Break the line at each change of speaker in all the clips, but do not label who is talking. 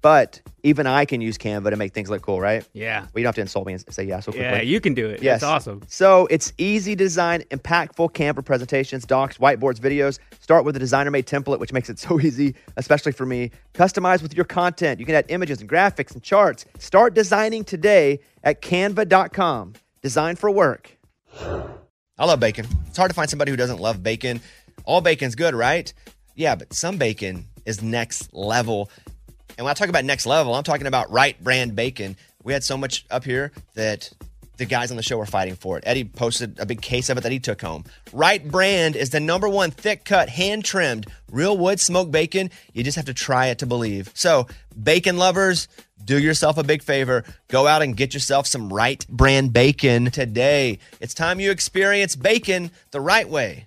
But even I can use Canva to make things look cool, right?
Yeah.
Well, you don't have to insult me and say yeah so quickly.
Yeah, you can do it.
Yes.
It's awesome.
So it's easy design, impactful Canva presentations, docs, whiteboards, videos. Start with a designer made template, which makes it so easy, especially for me. Customize with your content. You can add images and graphics and charts. Start designing today at canva.com. Design for work. I love bacon. It's hard to find somebody who doesn't love bacon. All bacon's good, right? Yeah, but some bacon is next level. And when I talk about next level, I'm talking about right brand bacon. We had so much up here that the guys on the show were fighting for it. Eddie posted a big case of it that he took home. Right brand is the number one thick cut, hand trimmed, real wood smoked bacon. You just have to try it to believe. So, bacon lovers, do yourself a big favor. Go out and get yourself some right brand bacon today. It's time you experience bacon the right way.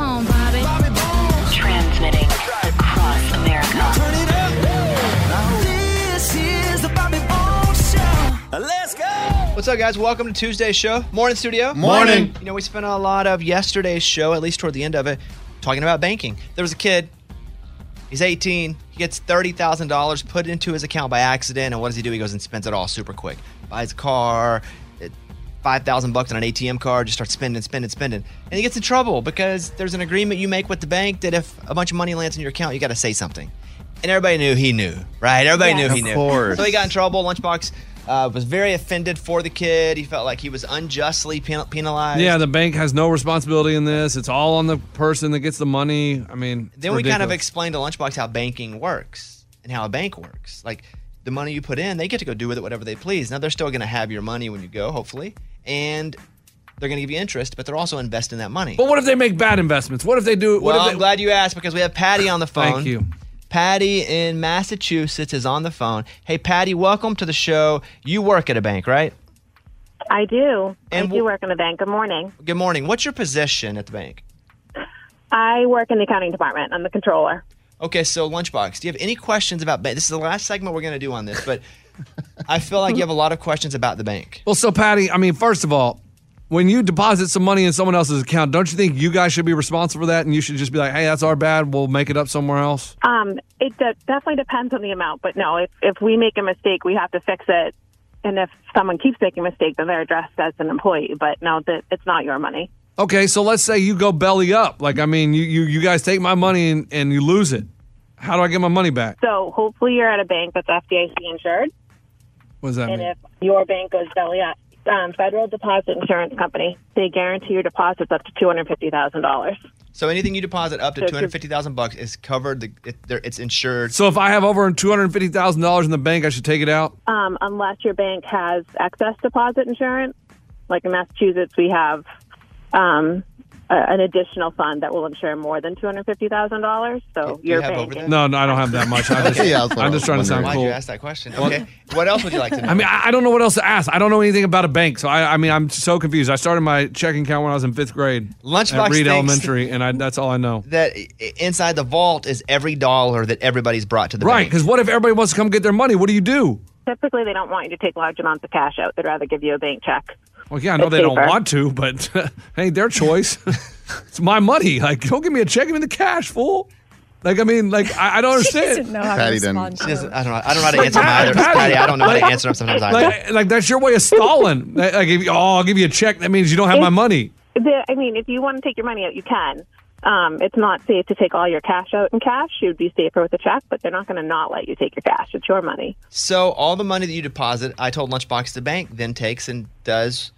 on, Bobby.
Transmitting across America.
Turn it up. This is the Bobby Bones Show. Let's go.
What's up, guys? Welcome to Tuesday's show. Morning, studio.
Morning.
You know, we spent a lot of yesterday's show, at least toward the end of it, talking about banking. There was a kid. He's 18. He gets $30,000 put into his account by accident. And what does he do? He goes and spends it all super quick. Buys a car, eh, 5000 bucks on an ATM card, just starts spending, spending, spending. And he gets in trouble because there's an agreement you make with the bank that if a bunch of money lands in your account, you got to say something. And everybody knew he knew, right? Everybody
Yes.
knew he
Of
knew.
course.
So he got in trouble. Lunchbox uh, was very offended for the kid. He felt like he was unjustly pen- penalized.
Yeah, the bank has no responsibility in this. It's all on the person that gets the money. I mean, it's
then we kind of
ridiculous.
explained to Lunchbox how banking works and how a bank works. Like the money you put in, they get to go do with it whatever they please. Now they're still going to have your money when you go, hopefully, and they're going to give you interest, but they're also investing that money.
But what if they make bad investments? What if they do? What
well,
if
I'm
they,
glad you asked because we have Patty on the phone.
Thank you.
Patty in Massachusetts is on the phone. Hey, Patty, welcome to the show. You work at a bank, right?
I do.
And
I
wh-
do work in the bank. Good morning.
Good morning. What's your position at the bank?
I work in the accounting department. I'm the controller.
Okay, so lunchbox. Do you have any questions about bank? This is the last segment we're going to do on this, but I feel like you have a lot of questions about the bank.
Well, so Patty, I mean, first of all, when you deposit some money in someone else's account, don't you think you guys should be responsible for that? And you should just be like, "Hey, that's our bad. We'll make it up somewhere else."
Um, it de- definitely depends on the amount, but no, if, if we make a mistake, we have to fix it. And if someone keeps making a mistake, then they're addressed as an employee. But no, that it's not your money.
Okay, so let's say you go belly up. Like, I mean, you you, you guys take my money and, and you lose it. How do I get my money back?
So hopefully you're at a bank that's FDIC insured.
What does that
And
mean?
if your bank goes belly up, um, Federal Deposit Insurance Company, they guarantee your deposits up to two hundred fifty thousand dollars.
So anything you deposit up to
So
two hundred fifty thousand bucks is covered. The, it, there- it's insured.
So if I have over two hundred fifty thousand dollars in the bank, I should take it out.
um, unless your bank has excess deposit insurance. Like in Massachusetts, we have um, a, an additional fund that will insure more than two hundred fifty thousand dollars. So
you
your
have
bank,
over
is-
that?
No, no, I don't have that much. I just,
Yeah, that's what
I'm
I
just trying to
was
sound
Why'd
cool.
you ask that question? Okay. what else would you like to know?
I mean, I, I don't know what else to ask. I don't know anything about a bank, so I, I mean, I'm so confused. I started my checking account when I was in fifth grade,
Lunchbox
at Reed
thinks-
Elementary, and I, that's all I know.
that i- inside the vault is every dollar that everybody's brought to the
Right?
bank.
Because what if everybody wants to come get their money? What do you do?
typically they don't want you to take large amounts of cash out. They'd rather give you a bank check.
Well, yeah, I know
It's
they don't
safer.
want to, but hey, their choice. it's my money. Like, don't give me a check, give me the cash, fool. Like, I mean, like, I, I don't
She
understand.
doesn't know how to
Patty didn't-
respond.
She
to
doesn't-
it.
I don't know. I don't know how to answer them either. Patty, I don't know how to answer them sometimes either.
like, like, that's your way of stalling. Like, like, if you, oh, I'll give you a check. That means you don't have my money.
The, I mean, if you want to take your money out, you can. Um, it's not safe to take all your cash out in cash. It would be safer with a check, but they're not going to not let you take your cash. It's your money.
So all the money that you deposit, I told Lunchbox the bank then takes and does,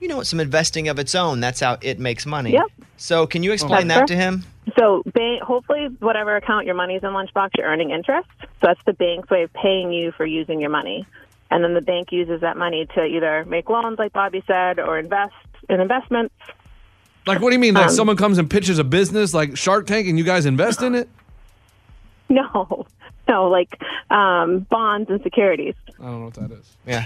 you know, some investing of its own. That's how it makes money.
Yep.
So can you explain
That's
that to him?
So, bank, hopefully, whatever account your money's in Lunchbox, you're earning interest. So that's the bank's way of paying you for using your money. And then the bank uses that money to either make loans, like Bobby said, or invest in investments.
Like, what do you mean? Like,
Um,
someone comes and pitches a business like Shark Tank and you guys invest in it?
No, no, like um, bonds and securities.
I don't know what that is.
Yeah.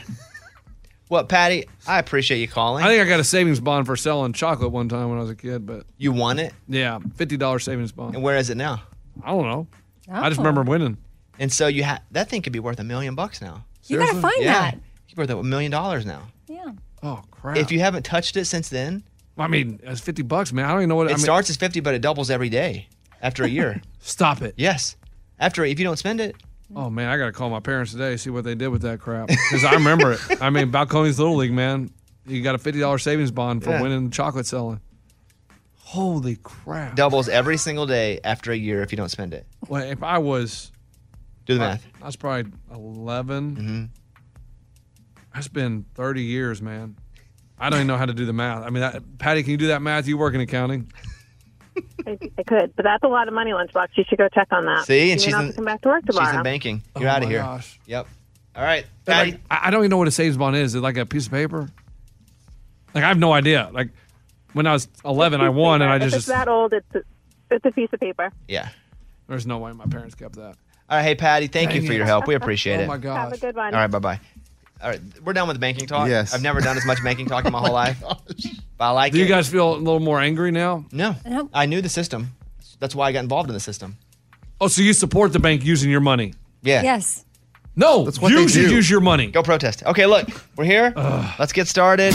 well, Patty, I appreciate you calling.
I think I got a savings bond for selling chocolate one time when I was a kid, but
you won it.
yeah, $50 savings bond.
And where is it now?
I don't know. I just remember winning.
And so you ha- that thing could be worth a million bucks now.
You gotta
Seriously?
find
Yeah.
that.
It's worth a million dollars now.
Yeah.
Oh, crap.
If you haven't touched it since then,
I mean, it's 50 bucks, man. I don't even know what
it
I mean,
starts as 50, but it doubles every day after a year.
Stop it.
yes. After, if you don't spend it,
Oh man, I gotta call my parents today see what they did with that crap because I remember it. I mean, Balcones Little League, man, you got a fifty dollars savings bond for
Yeah.
winning the chocolate selling. Holy crap!
doubles every single day after a year if you don't spend it.
Well, if I was,
Do the
I
math.
was probably 11
Mm-hmm.
That's been thirty years, man. I don't even know how to do the math. I mean, that, Patty, can you do that math? You work in accounting.
I, I could, but that's a lot of money, Lunchbox. You should go check on that.
See,
you
and
may
she's
not
in,
have to come back to work tomorrow.
she's in banking. You're
Oh
out
my
of here.
gosh.
Yep. All right,
Like,
Patty.
I, I don't even know what a savings bond is. Is it like a piece of paper? Like I have no idea. Like when I was eleven, I won, and I
if
just,
it's that old, it's it's a piece of paper.
Yeah.
there's no way my parents kept that.
All right, hey Patty, thank you
Dang
for
it.
your help. We appreciate
Oh
it.
my
All
gosh!
Have a good one.
right, bye bye. All right, we're done with the banking talk.
Yes.
I've never done as much banking talk in my whole life. But I like
Oh Do
it.
you guys feel a little more angry now?
no,
Nope.
I knew the system. That's why I got involved in the system.
Oh, so you support the bank using your money?
Yeah.
Yes.
No,
That's what
you
they
should
do.
use your money.
Go protest. Okay, look, we're here. Let's get started.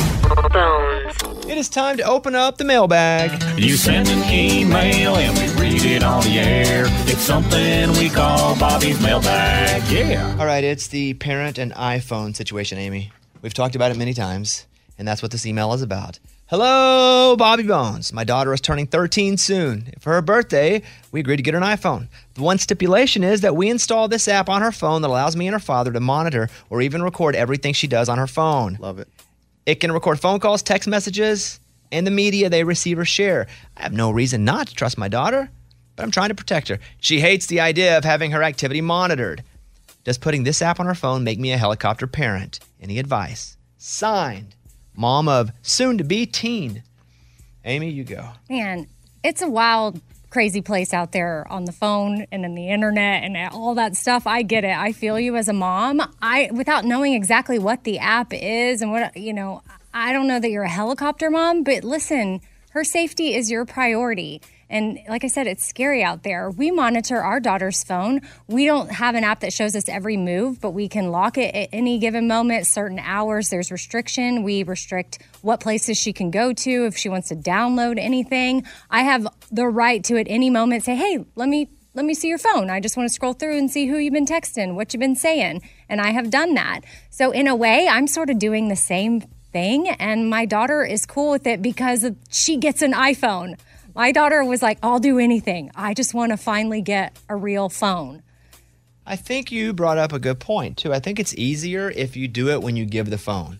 Bones.
It is time to open up the mailbag.
You send an email and we read it on the air. It's something we call Bobby's mailbag. Yeah.
All right, it's the parent and iPhone situation, Amy. We've talked about it many times, and that's what this email is about. Hello, Bobby Bones. My daughter is turning 13 soon. For her birthday, we agreed to get her an iPhone. The one stipulation is that we install this app on her phone that allows me and her father to monitor or even record everything she does on her phone.
Love it.
It can record phone calls, text messages, and the media they receive or share. I have no reason not to trust my daughter, but I'm trying to protect her. She hates the idea of having her activity monitored. Does putting this app on her phone make me a helicopter parent? Any advice? Signed, mom of soon to be teen. Amy, you go.
Man, it's a wild, crazy place out there on the phone and in the internet and all that stuff. I get it. I feel you as a mom. I without knowing exactly what the app is and what you know, I don't know that you're a helicopter mom, but listen, her safety is your priority. And like I said, it's scary out there. We monitor our daughter's phone. We don't have an app that shows us every move, but we can lock it at any given moment, certain hours. There's restriction. We restrict what places she can go to, if she wants to download anything. I have the right to at any moment say, hey, let me. Let me see your phone. I just want to scroll through and see who you've been texting, what you've been saying. And I have done that. So, in a way, I'm sort of doing the same thing. And my daughter is cool with it because she gets an iPhone. My daughter was like, I'll do anything. I just want to finally get a real phone.
I think you brought up a good point, too. I think it's easier if you do it when you give the phone.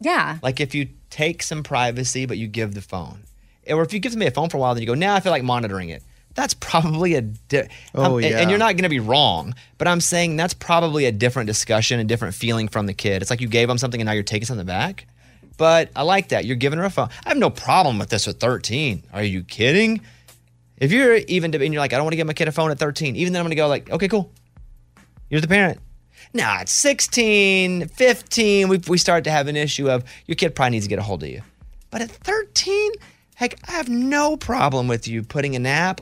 Yeah.
Like if you take some privacy, but you give the phone, or if you give somebody a phone for a while, then you go, "Now I feel like monitoring it." That's probably a di-
Oh,
I'm- and-
yeah.
and you're not going to be wrong, but I'm saying that's probably a different discussion, a different feeling from the kid. It's like you gave them something and now you're taking something back. But I like that you're giving her a phone. I have no problem with this at 13. Are you kidding? If you're even and you're like, I don't want to give my kid a phone at 13, even then I'm going to go like, okay, cool. You're the parent. Nah, at 16, 15, we, we start to have an issue of your kid probably needs to get a hold of you. But at 13, heck, I have no problem with you putting an app.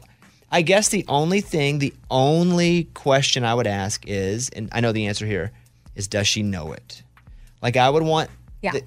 I guess the only thing, the only question I would ask is, and I know the answer here, is does she know it? Like I would want
Yeah.
the-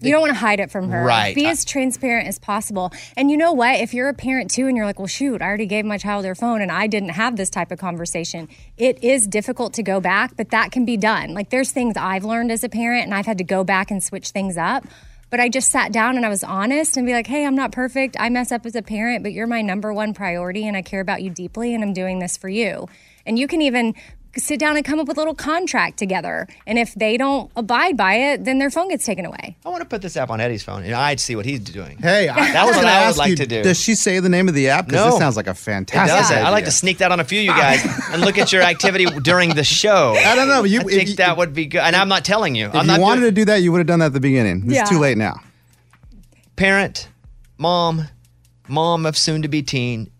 You don't want to hide it from her.
Right.
Be
I-
as transparent as possible. And you know what? If you're a parent too and you're like, well, shoot, I already gave my child their phone and I didn't have this type of conversation, it is difficult to go back, but that can be done. Like, there's things I've learned as a parent and I've had to go back and switch things up. But I just sat down and I was honest and be like, hey, I'm not perfect. I mess up as a parent, but you're my number one priority and I care about you deeply and I'm doing this for you. And you can even sit down and come up with a little contract together. And if they don't abide by it, then their phone gets taken away.
I want to put this app on Eddie's phone, and I'd see what he's doing.
Hey, I,
That was
I
what
gonna
I would
ask
like
you,
to do.
Does she say the name of the app? Because
No.
this sounds like a
It does.
fantastic.
that. I like
idea.
to sneak that on a few of you guys and look at your activity during the show. I
don't know. You,
I think that would be good. And I'm not telling you.
If
I'm
you
not
wanted
doing-
to do that, you would have done that at the beginning. It's
Yeah.
too late now.
parent, mom, mom of soon to be teen,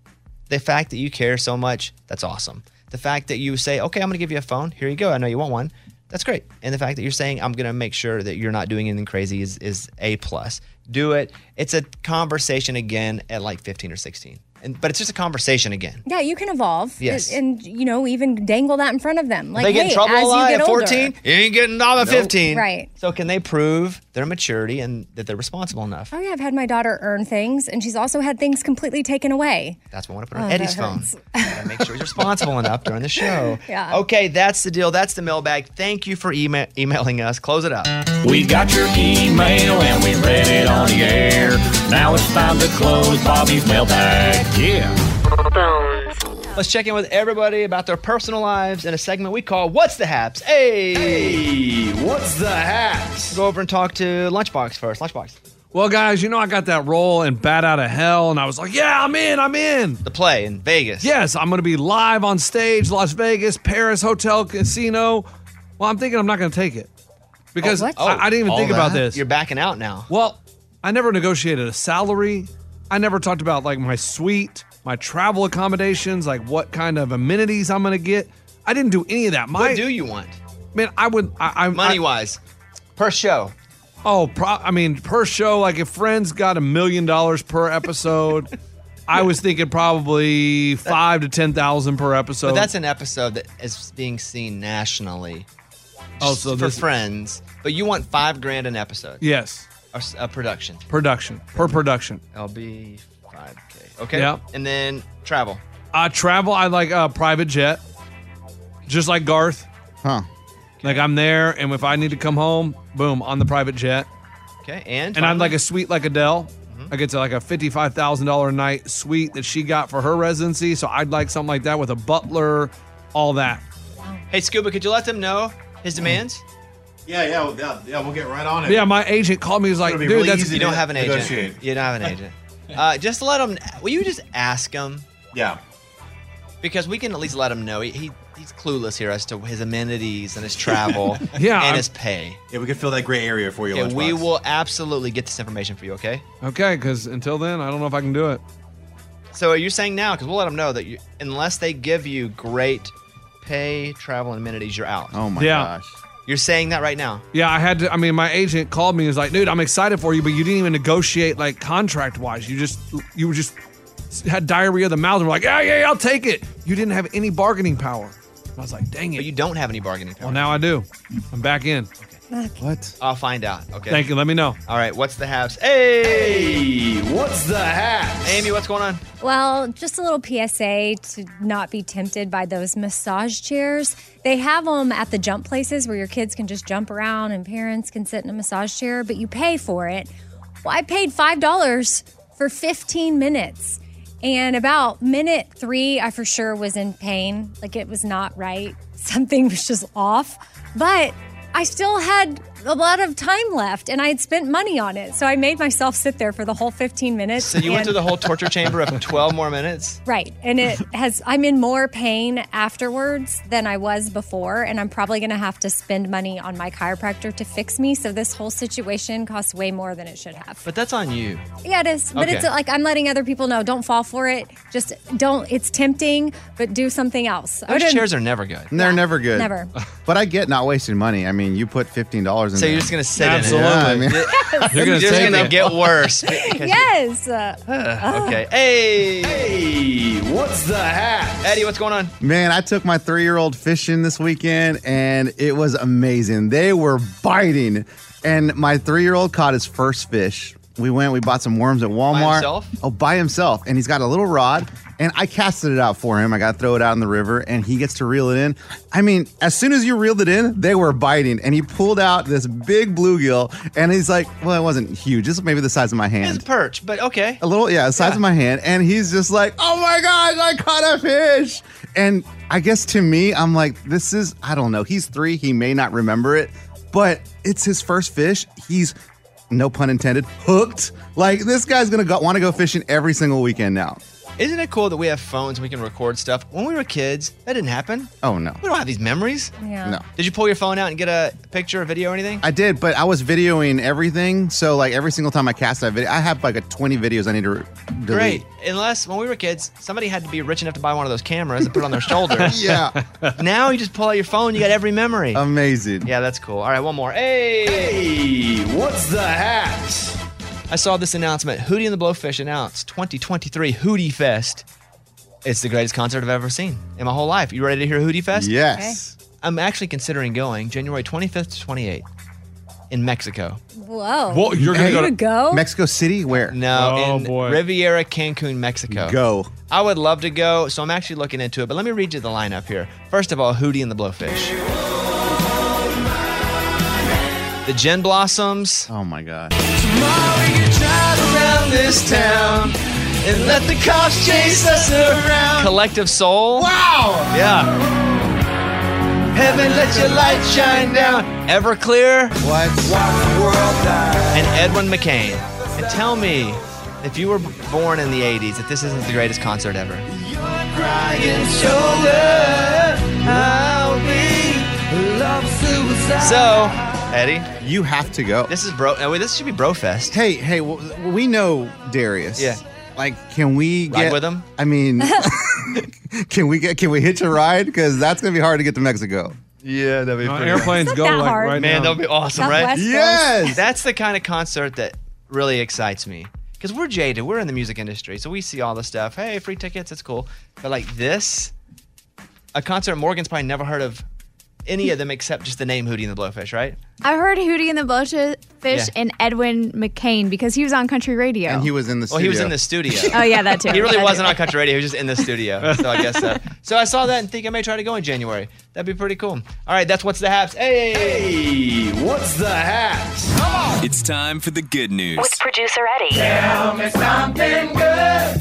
the fact that you care so much, that's awesome. The fact that you say, okay, I'm going to give you a phone. Here you go. I know you want one. That's great. And the fact that you're saying, I'm going to make sure that you're not doing anything crazy is, is a plus. Do it. It's a conversation again at like 15 or 16. And, but it's just a conversation again.
Yeah, you can evolve.
Yes.
And, and, you know, even dangle that in front of them. Like,
they get
hey,
in trouble
as
a lot
you get
at
older-
14. You ain't getting all at
Nope.
15.
Right.
So can they prove their maturity and that they're responsible enough?
Oh, yeah, I've had my daughter earn things, and she's also had things completely taken away.
That's what I want to put on
Oh, that
Eddie's phone.
hurts.
Gotta make sure he's responsible enough during the show.
Yeah.
Okay, that's the deal. That's the mailbag. Thank you for email- emailing us. Close it up.
We got your email and we read it on the air. Now it's time to close Bobby's mailbag. Yeah.
Let's check in with everybody about their personal lives in a segment we call What's the Haps? Hey! Hey, what's the haps? Go over and talk to Lunchbox first. Lunchbox.
Well, guys, you know I got that role in Bat Out of Hell, and I was like, yeah, I'm in, I'm in.
The play in Vegas.
Yes, I'm going to be live on stage, Las Vegas, Paris Hotel Casino. Well, I'm thinking I'm not going to take it because
Oh, what?
I, I didn't even
Oh,
think
all
about
that?
this.
You're backing out now.
Well, I never negotiated a salary. I never talked about like my suite, my travel accommodations, like what kind of amenities I'm going to get. I didn't do any of that. My,
What do you want?
Man, I would. I, I
money wise, per show.
Oh, pro- I mean, per show. Like if Friends got a million dollars per episode, I was thinking probably five to ten thousand per episode.
but that's an episode that is being seen nationally.
Oh,
Just
so
for
this-
friends. But you want five grand an episode.
yes,
A, s- a production.
production per production.
LB five K. Okay.
Yeah.
And then travel.
I travel. I like a private jet, just like Garth.
Huh.
Like I'm there, and if I need to come home, boom, on the private jet.
Okay. And
And I'm
finally-
like a suite like Adele.
Mm-hmm.
I get to like a fifty-five thousand dollar a night suite that she got for her residency. So I'd like something like that with a butler, all that.
Hey Scuba, could you let them know his demands?
Yeah, yeah, well, yeah, yeah, we'll get right on it.
Yeah, my agent called me. He was like,
It'll
"Dude,
be really
that's
easy
You don't have an agent.
Negotiate.
You don't have an agent. Uh, just let him. Will you just ask him?
Yeah.
Because we can at least let him know he, he he's clueless here as to his amenities and his travel
Yeah,
and
I'm-
his pay.
Yeah, we can fill that gray area for you.
Okay, we
Lunchbox.
will absolutely get this information for you. Okay.
Okay, because until then, I don't know if I can do it.
So are you saying now? Because we'll let them know that you, unless they give you great pay, travel, and amenities, you're out.
Oh my
Yeah.
gosh.
You're saying that right now.
Yeah, I had to. I mean, my agent called me. He was like, "Dude, I'm excited for you, but you didn't even negotiate like contract wise. You just you were just had diarrhea of the mouth. And we're like, yeah, yeah, yeah, I'll take it. You didn't have any bargaining power. I was like, dang it. But
you don't have any bargaining power.
Well, now I do. I'm back in.
What?
I'll find out. Okay.
Thank you. Let me know.
All right. What's the haps? Hey,
what's the
haps? Amy, what's going on?
Well, just a little PSA to not be tempted by those massage chairs. They have them at the jump places where your kids can just jump around and parents can sit in a massage chair, but you pay for it. Well, I paid $5 for 15 minutes. And about minute three, I for sure was in pain. Like it was not right. Something was just off. But I still had a lot of time left and I had spent money on it. So I made myself sit there for the whole 15 minutes.
So you went
and-
through the whole torture chamber of 12 more minutes.
Right. And it has, I'm in more pain afterwards than I was before. And I'm probably going to have to spend money on my chiropractor to fix me. So this whole situation costs way more than it should have.
But that's on you.
Yeah, it is. But
Okay.
it's like I'm letting other people know don't fall for it. Just don't, it's tempting, but do something else. I
Those
wouldn't-
chairs are never good.
And they're never good.
Never.
But I get not wasting money. I mean, you put fifteen dollars in
So
there.
you're just gonna sit
Absolutely.
in it.
Yeah, I mean-
you're
You're gonna
just
take
gonna
it.
get worse. because-
yes. Uh,
okay. Hey. Hey. What's the hat? Eddie, what's going on?
Man, I took my three year old fishing this weekend and it was amazing. They were biting. And my three year old caught his first fish. We went, we bought some worms at Walmart.
himself?
Oh, by himself. And he's got a little rod. And I casted it out for him. I got to throw it out in the river and he gets to reel it in. I mean, as soon as you reeled it in, they were biting. And he pulled out this big bluegill and he's like, well, it wasn't huge. It's maybe the size of my hand.
Perch, but okay.
A little, yeah, the size of my hand. And he's just like, oh my gosh, I caught a fish. And I guess to me, I'm like, this is, I don't know. He's three. He may not remember it, but it's his first fish. He's, no pun intended, hooked. Like, this guy's going to want to go fishing every single weekend now.
Isn't it cool that we have phones and we can record stuff? When we were kids, that didn't happen.
Oh, no.
We don't have these memories.
Yeah.
No.
Did you pull your phone out and get a picture, a video, or anything?
I did, but I was videoing everything. So, like, every single time I cast that video, I have like a 20 videos I need to re- delete.
Great. Unless when we were kids, somebody had to be rich enough to buy one of those cameras and put it on their shoulder.
Yeah.
now you just pull out your phone, you got every memory.
Amazing.
Yeah, that's cool. All right, one more. Hey. Hey, what's the hat? I saw this announcement. Hootie and the Blowfish announced 2023 Hootie Fest. It's the greatest concert I've ever seen in my whole life. You ready to hear Hootie Fest?
Yes.
I'm actually considering going January 25th to 28th in Mexico.
Whoa.
Hey,
You would go?
Mexico City? Where?
Oh. No, in Riviera, Cancun, Mexico.
Go.
I would love to go, so I'm actually looking into it. But let me read you the lineup here. First of all, Hootie and the Blowfish. The Gin Blossoms.
Oh my God.
around this town and let the cops chase us around. Collective Soul. Wow. Yeah. Heaven, let your light shine down. Everclear.
What?
And Edwin McCain. And tell me, if you were born in the 80s, that this isn't the greatest concert ever. So, Eddie,
you have to go.
This is bro. oh, Wait, this should be Brofest.
Hey, hey, w- we know Darius.
Yeah.
Like, can we
Ride
get
with him?
I mean, can we get can we hitch a ride? Because that's gonna be hard to get to Mexico.
Yeah, that'd be
Uh,
No, pretty- airplanes It's not go, that like, hard. right
Man,
now.
that'd be
Um,
awesome, right?
Southwest goes. Yes!
that's the kind of concert that really excites me because we're jaded. We're in the music industry, so we see all the stuff. Hey, free tickets, it's cool. But like this, a concert Morgan's probably never heard of any of them except just the name Hootie and the Blowfish, right?
I heard Hootie and the Blowfish
Yeah.
and Edwin McCain because he was on country radio.
was in the
Well, he was
studio.
in the studio.
Oh, yeah, that too.
He really
That
wasn't
too.
on country radio. He was just in the studio. So I guess so. So I saw that and think I may try to go in January. That'd be pretty cool. All right, that's what's the haps. Hey, what's the haps?
It's time for the good news.
With producer Eddie.
Tell me something good.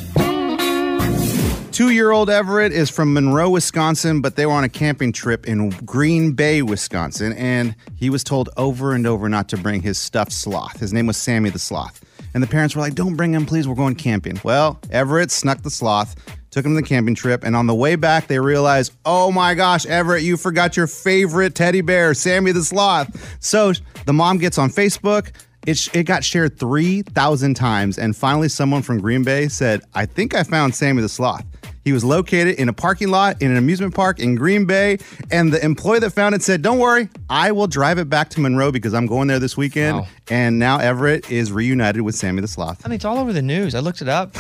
Two year old Everett is from Monroe, Wisconsin, but they were on a camping trip in Green Bay, Wisconsin, and he was told over and over not to bring his stuffed sloth. His name was Sammy the Sloth. And the parents were like, Don't bring him, please, we're going camping. Well, Everett snuck the sloth, took him to the camping trip, and on the way back, they realized, Oh my gosh, Everett, you forgot your favorite teddy bear, Sammy the Sloth. So the mom gets on Facebook. It, sh- it got shared 3,000 times, and finally, someone from Green Bay said, I think I found Sammy the Sloth. He was located in a parking lot in an amusement park in Green Bay, and the employee that found it said, Don't worry, I will drive it back to Monroe because I'm going there this weekend. And now Everett is reunited with Sammy the Sloth.
I mean, it's all over the news. I looked it up.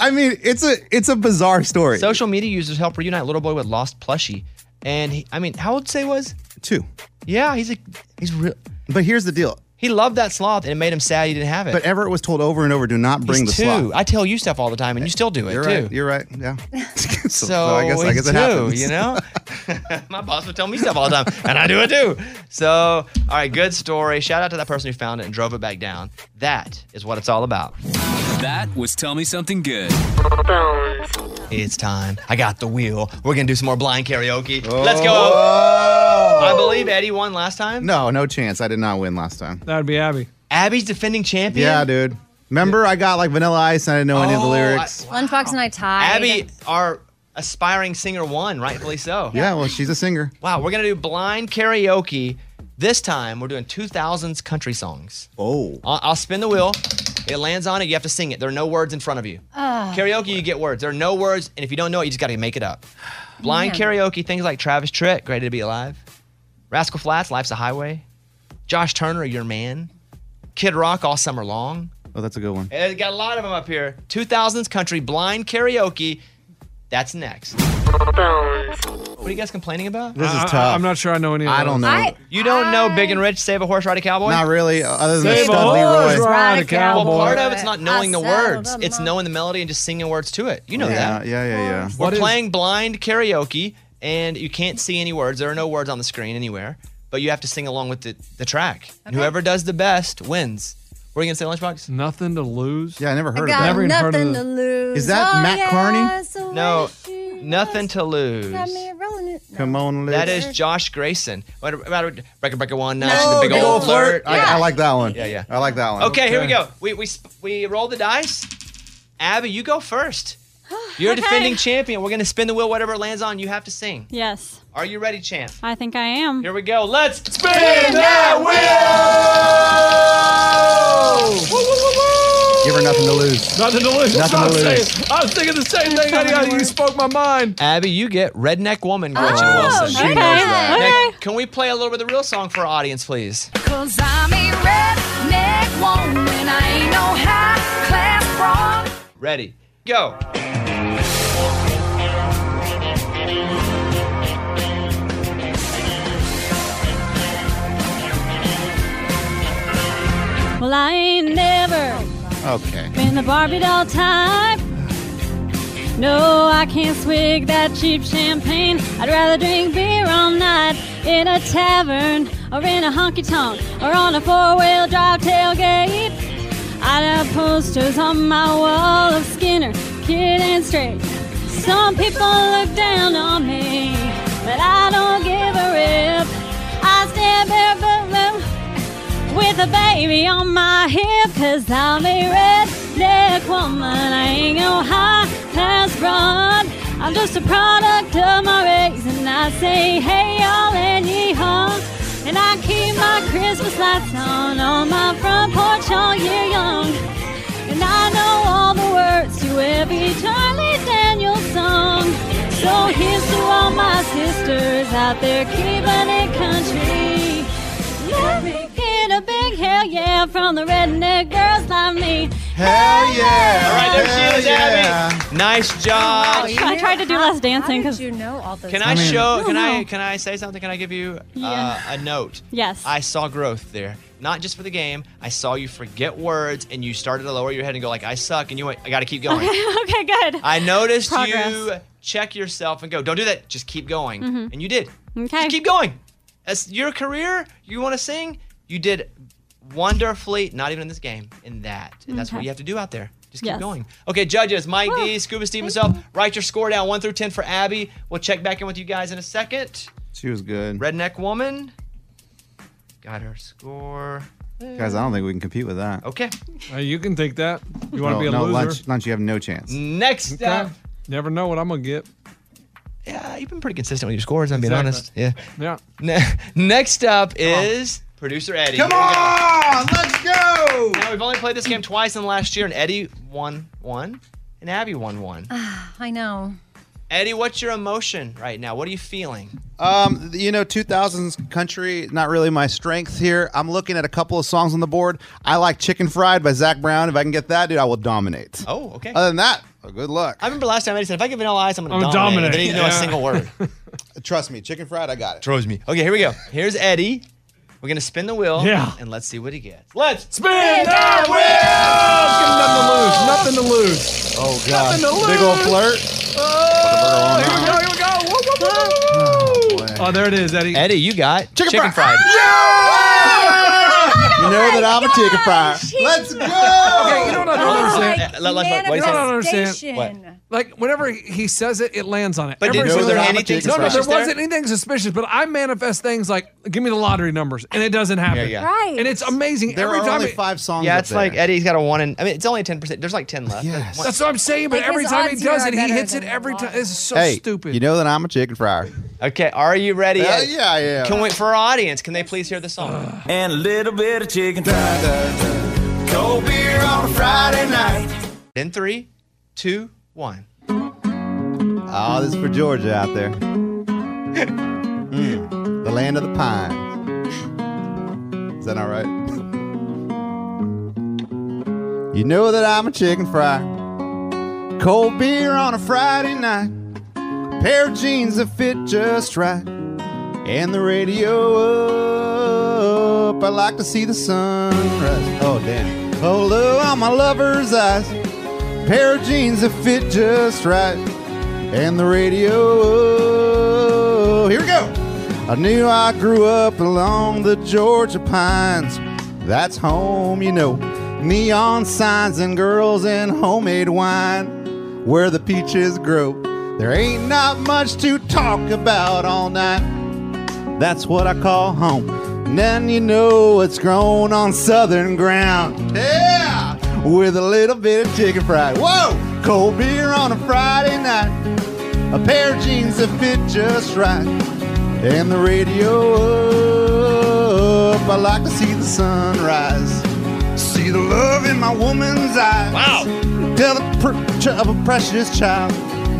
I mean, it's a it's a bizarre story.
Social media users help reunite little boy with lost plushie, and he, I mean, how old say he was?
Two.
Yeah, he's a he's real.
But here's the deal.
He loved that sloth, and it made him sad he didn't have it.
But Everett was told over and over, Do not bring
he's
the
two.
sloth.
I tell you stuff all the time, and you still do it
You're
too.
right. You're right. Yeah.
So,
so, so I guess I
it's
guess it
two,
happens.
You know, my boss would tell me stuff all the time, and I do it too. So, all right, good story. Shout out to that person who found it and drove it back down. That is what it's all about.
That was Tell Me Something Good.
It's time. I got the wheel. We're gonna do some more blind karaoke. Let's go. I believe Eddie won last time.
Oh. No, no chance. I did not win last time.
That'd be Abby. Abby's defending champion.
Yeah, dude. Remember, I got like Vanilla Ice and I didn't know any of the
Oh, I-
lyrics.
Lunchbox and I tied.
Abby, our aspiring singer, won, rightfully so.
yeah, well, she's a singer.
Wow, we're gonna do blind karaoke. This time we're doing 2000s country songs.
Oh.
I'll, I'll spin the wheel. It lands on it. You have to sing it. There are no words in front of you.
Ah.
Karaoke, you get words. There are no words, and if you don't know it, you just got to make it up. Blind
Man.
karaoke, things like Travis Tritt, Great to Be Alive, Rascal Flats, Life's a Highway, Josh Turner, Your Man, Kid Rock all summer long.
Oh, that's a good one.
It's Uh, got a lot of them up here. 2000s country, blind karaoke. That's next. What are you guys complaining about?
This is I- I- tough.
I'm not sure I know any. Of
I
uh,
don't know. I-
you don't know Big and Rich, Save a Horse, Ride a Cowboy?
Not really, uh, other than Studley Roy.
Well, part of it's not
I
knowing the
saddled
words. It's knowing the melody and just singing words to it. You know
yeah,
that.
Yeah, yeah, yeah.
We're playing blind karaoke, and you can't see any words. There are no words on the screen anywhere, but you have to sing along with the, the track. And Whoever does the best wins. What are you gonna say, Lunchbox?
Nothing to lose.
Yeah, I never
heard of got that.
even heard of
nothing
the-
to
lose.
Is that
Oh,
Matt
yeah,
Carney?
so
No,
she
nothing to lose.
got me rolling it.
Come on,
That
let's-
is Josh Grayson. What about Breaker Breaker One? Now
No,
she's a big old flirt.
I, I like that one. Yeah, yeah. I like that one.
Okay, here we go. We we sp- we roll the dice. Abby, you go first. You're
Okay.
defending champion. We're gonna spin the wheel. Whatever it lands on, you have to sing.
Yes,
Are you ready, champ?
I think I am.
Here we go. Let's spin that wheel. Woo, woo, woo, woo.
Give her nothing to lose.
Nothing to lose.
Nothing
That's
to
what I'm
lose.
saying. I was thinking the same thing.
Nothing
honey.
to
You
lose.
spoke my mind.
Abby, you get Redneck Woman, Gretchen
Oh,
Wilson.
she Okay, knows that.
Nick, can we play a little bit of the real song for our audience, please?
Cause I'm a redneck woman. I ain't no high class broad.
Ready, go.
Well, I ain't never
Okay.
been the Barbie doll type. No, I can't swig that cheap champagne. I'd rather drink beer all night in a tavern or in a honky tonk or on a four wheel drive tailgate. I'd have posters on my wall of Skinner, kid and straight. Some people look down on me, but I don't give a rip. I stand barefoot with a baby on my hip Cause I'm a redneck woman I ain't no high class broad I'm just a product of my race And I say hey y'all and yeehaw And I keep my Christmas lights on On my front porch all year long And I know all the words to every Charlie Daniels song So here's to all my sisters out there keeping it country let me get a big hell yeah from the redneck girls like me.
Hell yeah!
All right, there she
Hell
is, Abby. Nice
I,
job.
Oh, I tried to do less dancing because
you know all this.
Can I, show? Can I? Can I say something? Can I give you uh,
Yeah.
a note?
Yes.
I saw growth there, not just for the game. I saw you forget words, and you started to lower your head and go like, "I suck," and you went, "I got to keep going."
Okay, okay, good.
I noticed
Progress.
you check yourself and go, "Don't do that. Just keep going."
Mhm.
And you did.
Okay.
Just keep going. As your career, you want to sing. You did wonderfully. Not even in this game. In that, and that's what
Okay.
you have to do out there. Just keep
Yes.
going. Okay, judges, Mike D, Scuba Steve, myself, write your score down one through ten for Abby. We'll check back in with you guys in a second.
She was good.
Redneck woman got her score.
Guys, I don't think we can compete with that.
Okay.
you can think that. You want to
no,
be a
no,
loser?
Lunch, lunch, you have no chance.
Next
Okay. Never know what I'm gonna get.
Yeah, you've been pretty consistent with your scores. I'm being
Exactly.
honest. Yeah.
Yeah.
Ne- Next up is producer Eddie.
Come
Here we go.
on, let's go.
Now we've only played this game twice in the last year, and Eddie won one, and Abby won one.
I know.
Eddie, what's your emotion right now? What are you feeling?
Um, you know, 2000s country, not really my strength here. I'm looking at a couple of songs on the board. I like Chicken Fried by Zach Brown. If I can get that, dude, I will dominate.
Oh, okay.
Other than that, well, good luck.
I remember last time Eddie said, "If I give vanilla ice, I'm gonna
Uh, I'm gonna
dominate."
dominate.
They didn't know a
Yeah.
single word.
Trust me, Chicken Fried, I got it.
Throws me. Okay, here we go. Here's Eddie. We're gonna spin the wheel.
Yeah.
And let's see what he gets. Let's
spin that wheel. Nothing to lose. Nothing to lose.
Oh god.
Nothing to
Big old flirt.
Oh, here we go. Here we go. Woo, woo, woo, woo, woo.
Oh, there it is, Eddie. Eddie, you got chicken, fried.
You know that I'm a chicken fried.
Let's go. Okay, you know what I
Oh,
don't understand?
Uh, let- let's- what- what is
you know what I
that?
don't understand? Like whenever he- he says it, it lands on it.
But did-
Every
was
single
there
time.
anything
No, no, there
suspicious there?
wasn't anything suspicious. But I manifest things like, give me the lottery numbers, and it doesn't happen.
yeah.
Right.
And it's amazing
There
every
are
time.
only
it-
five songs.
Yeah,
up
it's like
there.
Eddie's got a one in. I mean, it's only ten percent. There's like ten left.
Yes.
That's what I'm saying. But
Like,
every
his
time he
odds here
does
are
it, he
better
hits it
than
every time. It's so
hey,
stupid.
You know that I'm a chicken fried.
Okay, are you ready?
Hell
Eddie?
yeah, Uh. I am.
Can we, for our audience, can they please hear the song?
And a little bit of chicken fried. Cold beer on a Friday night.
In three, two, one.
Oh, this is for Georgia out there. Mm, the land of the pines. Is that all right? You know that I'm a chicken fry. Cold beer on a Friday night. Pair of jeans that fit just right. And the radio up. I like to see the sunrise. Oh, damn. Oh, low on my lover's eyes. Pair of jeans that fit just right. And the radio up. Here we go. I knew I grew up along the Georgia pines. That's home, you know. Neon signs and girls and homemade wine where the peaches grow. There ain't not much to talk about all night. That's what I call home. And then you know it's grown on southern ground. Yeah! With a little bit of chicken fry. Whoa! Cold beer on a Friday night. A pair of jeans that fit just right and the radio up. I like to see the sunrise, see the love in my woman's eyes. Wow! Tell the picture of a precious child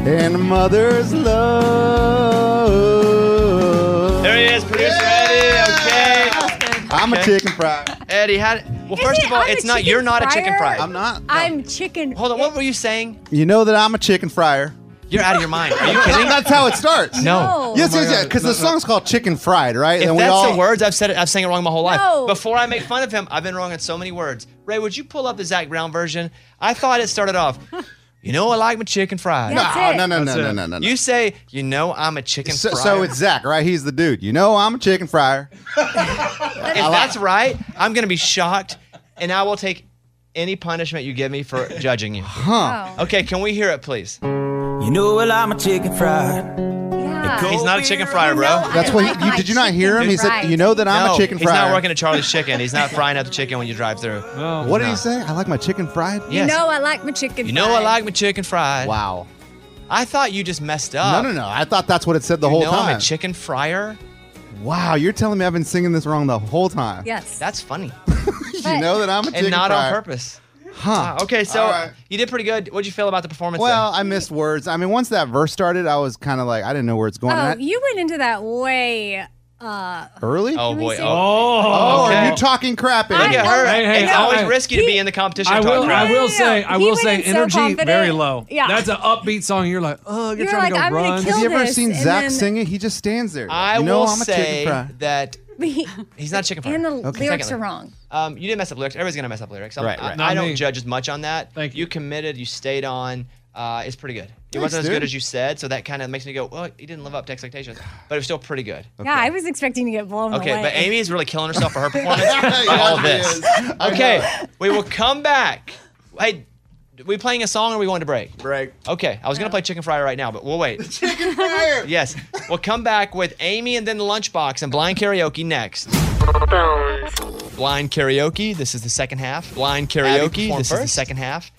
and a mother's love.
There he is, producer Eddie. Okay.
I'm a chicken fry.
Eddie, how? Well, first
Isn't-
of all,
I'm a
it's not. You're not a chicken fry.
I'm not.
I'm chicken.
Hold on. What were you saying?
You know that I'm a chicken fryer.
You're out of your mind. Are you kidding?
That's how it starts.
No.
Yes,
Oh my
yes, yes.
God.
Because
No,
the
no.
song's called Chicken Fried, right?
If
and we
that's
all
the words, I've said it. I've sang it wrong my whole life.
No.
Before I make fun of him, I've been wrong on so many words. Ray, would you pull up the Zach Brown version? I thought it started off. You know, I like my chicken fried.
No, That's it. Ah, no, no, no, no, no, no, no.
You say, you know, I'm a chicken
So,
fryer.
so it's Zach, right? He's the dude. You know I'm a chicken fryer.
If that's right, I'm going to be shocked, and I will take any punishment you give me for judging you.
Huh.
Okay, can we hear it, please?
You know, well, I'm a chicken fried.
He's not a chicken fryer, bro.
That's what he, you, did you not hear him? He said, "You know that I'm
No,
a chicken
He's not
fryer."
working at Charlie's Chicken. He's not frying up the chicken when you drive through.
What did
No.
he say? I like my chicken fried.
Yes.
You know I like my chicken.
You know I
fried.
like my chicken fried.
Wow.
I thought you just messed
No,
up.
no, no. I thought that's what it said the whole
Uh, you know
time.
I'm a chicken fryer.
wow, you're telling me I've been singing this wrong the whole time.
Yes.
That's funny.
you know that I'm a chicken
and not on
fryer.
purpose.
Huh.
Wow, Okay, so
All right.
you did pretty good. What'd you feel about the performance?
Well, I missed words. I mean, once that verse started, I was kind of like, I didn't know where it's going.
Oh,
And I-
you went into that way. Uh,
early?
Oh boy.
Oh,
okay.
are you talking crap?
Look at her.
Hey, hey,
it's
hey,
always
hey.
risky to be in the competition.
I will.
talking
I
about.
will say. I
He
will
went
say.
in so
Energy
confident.
very low.
Yeah.
That's an upbeat song. You're like, oh, you're,
You're
trying
like,
to
I'm
go
gonna
run.
kill
Have you ever
this,
seen
and
Zach
then-
singing? He just stands there.
I
you know
will
I'm a
say
chicken fry.
that he's not chicken fry.
and the lyrics are wrong.
Um, you didn't mess up lyrics. Everybody's gonna mess up lyrics. I'm-
Right,
I,
right.
I
Not
don't
me.
judge as much on that. Thank you. You committed. You stayed on. Uh, it's pretty good. It
Thanks,
wasn't as
dude.
good as you said, so that kind of makes me go, well, he didn't live up to expectations, but it was still pretty good.
Yeah, I was expecting to get blown
Okay,
away.
but Amy is really killing herself for her performance by all
she
this.
is. I
Okay, we will come back. Hey, we playing a song or are we going to break?
Break.
Okay, I was gonna play Chicken Fry right now, but we'll wait.
Chicken fire.
yes, we'll come back with Amy and then the Lunchbox and Blind Karaoke next. Blind Karaoke. This is the second half. Blind Karaoke.
performed
This is the
first.
second half.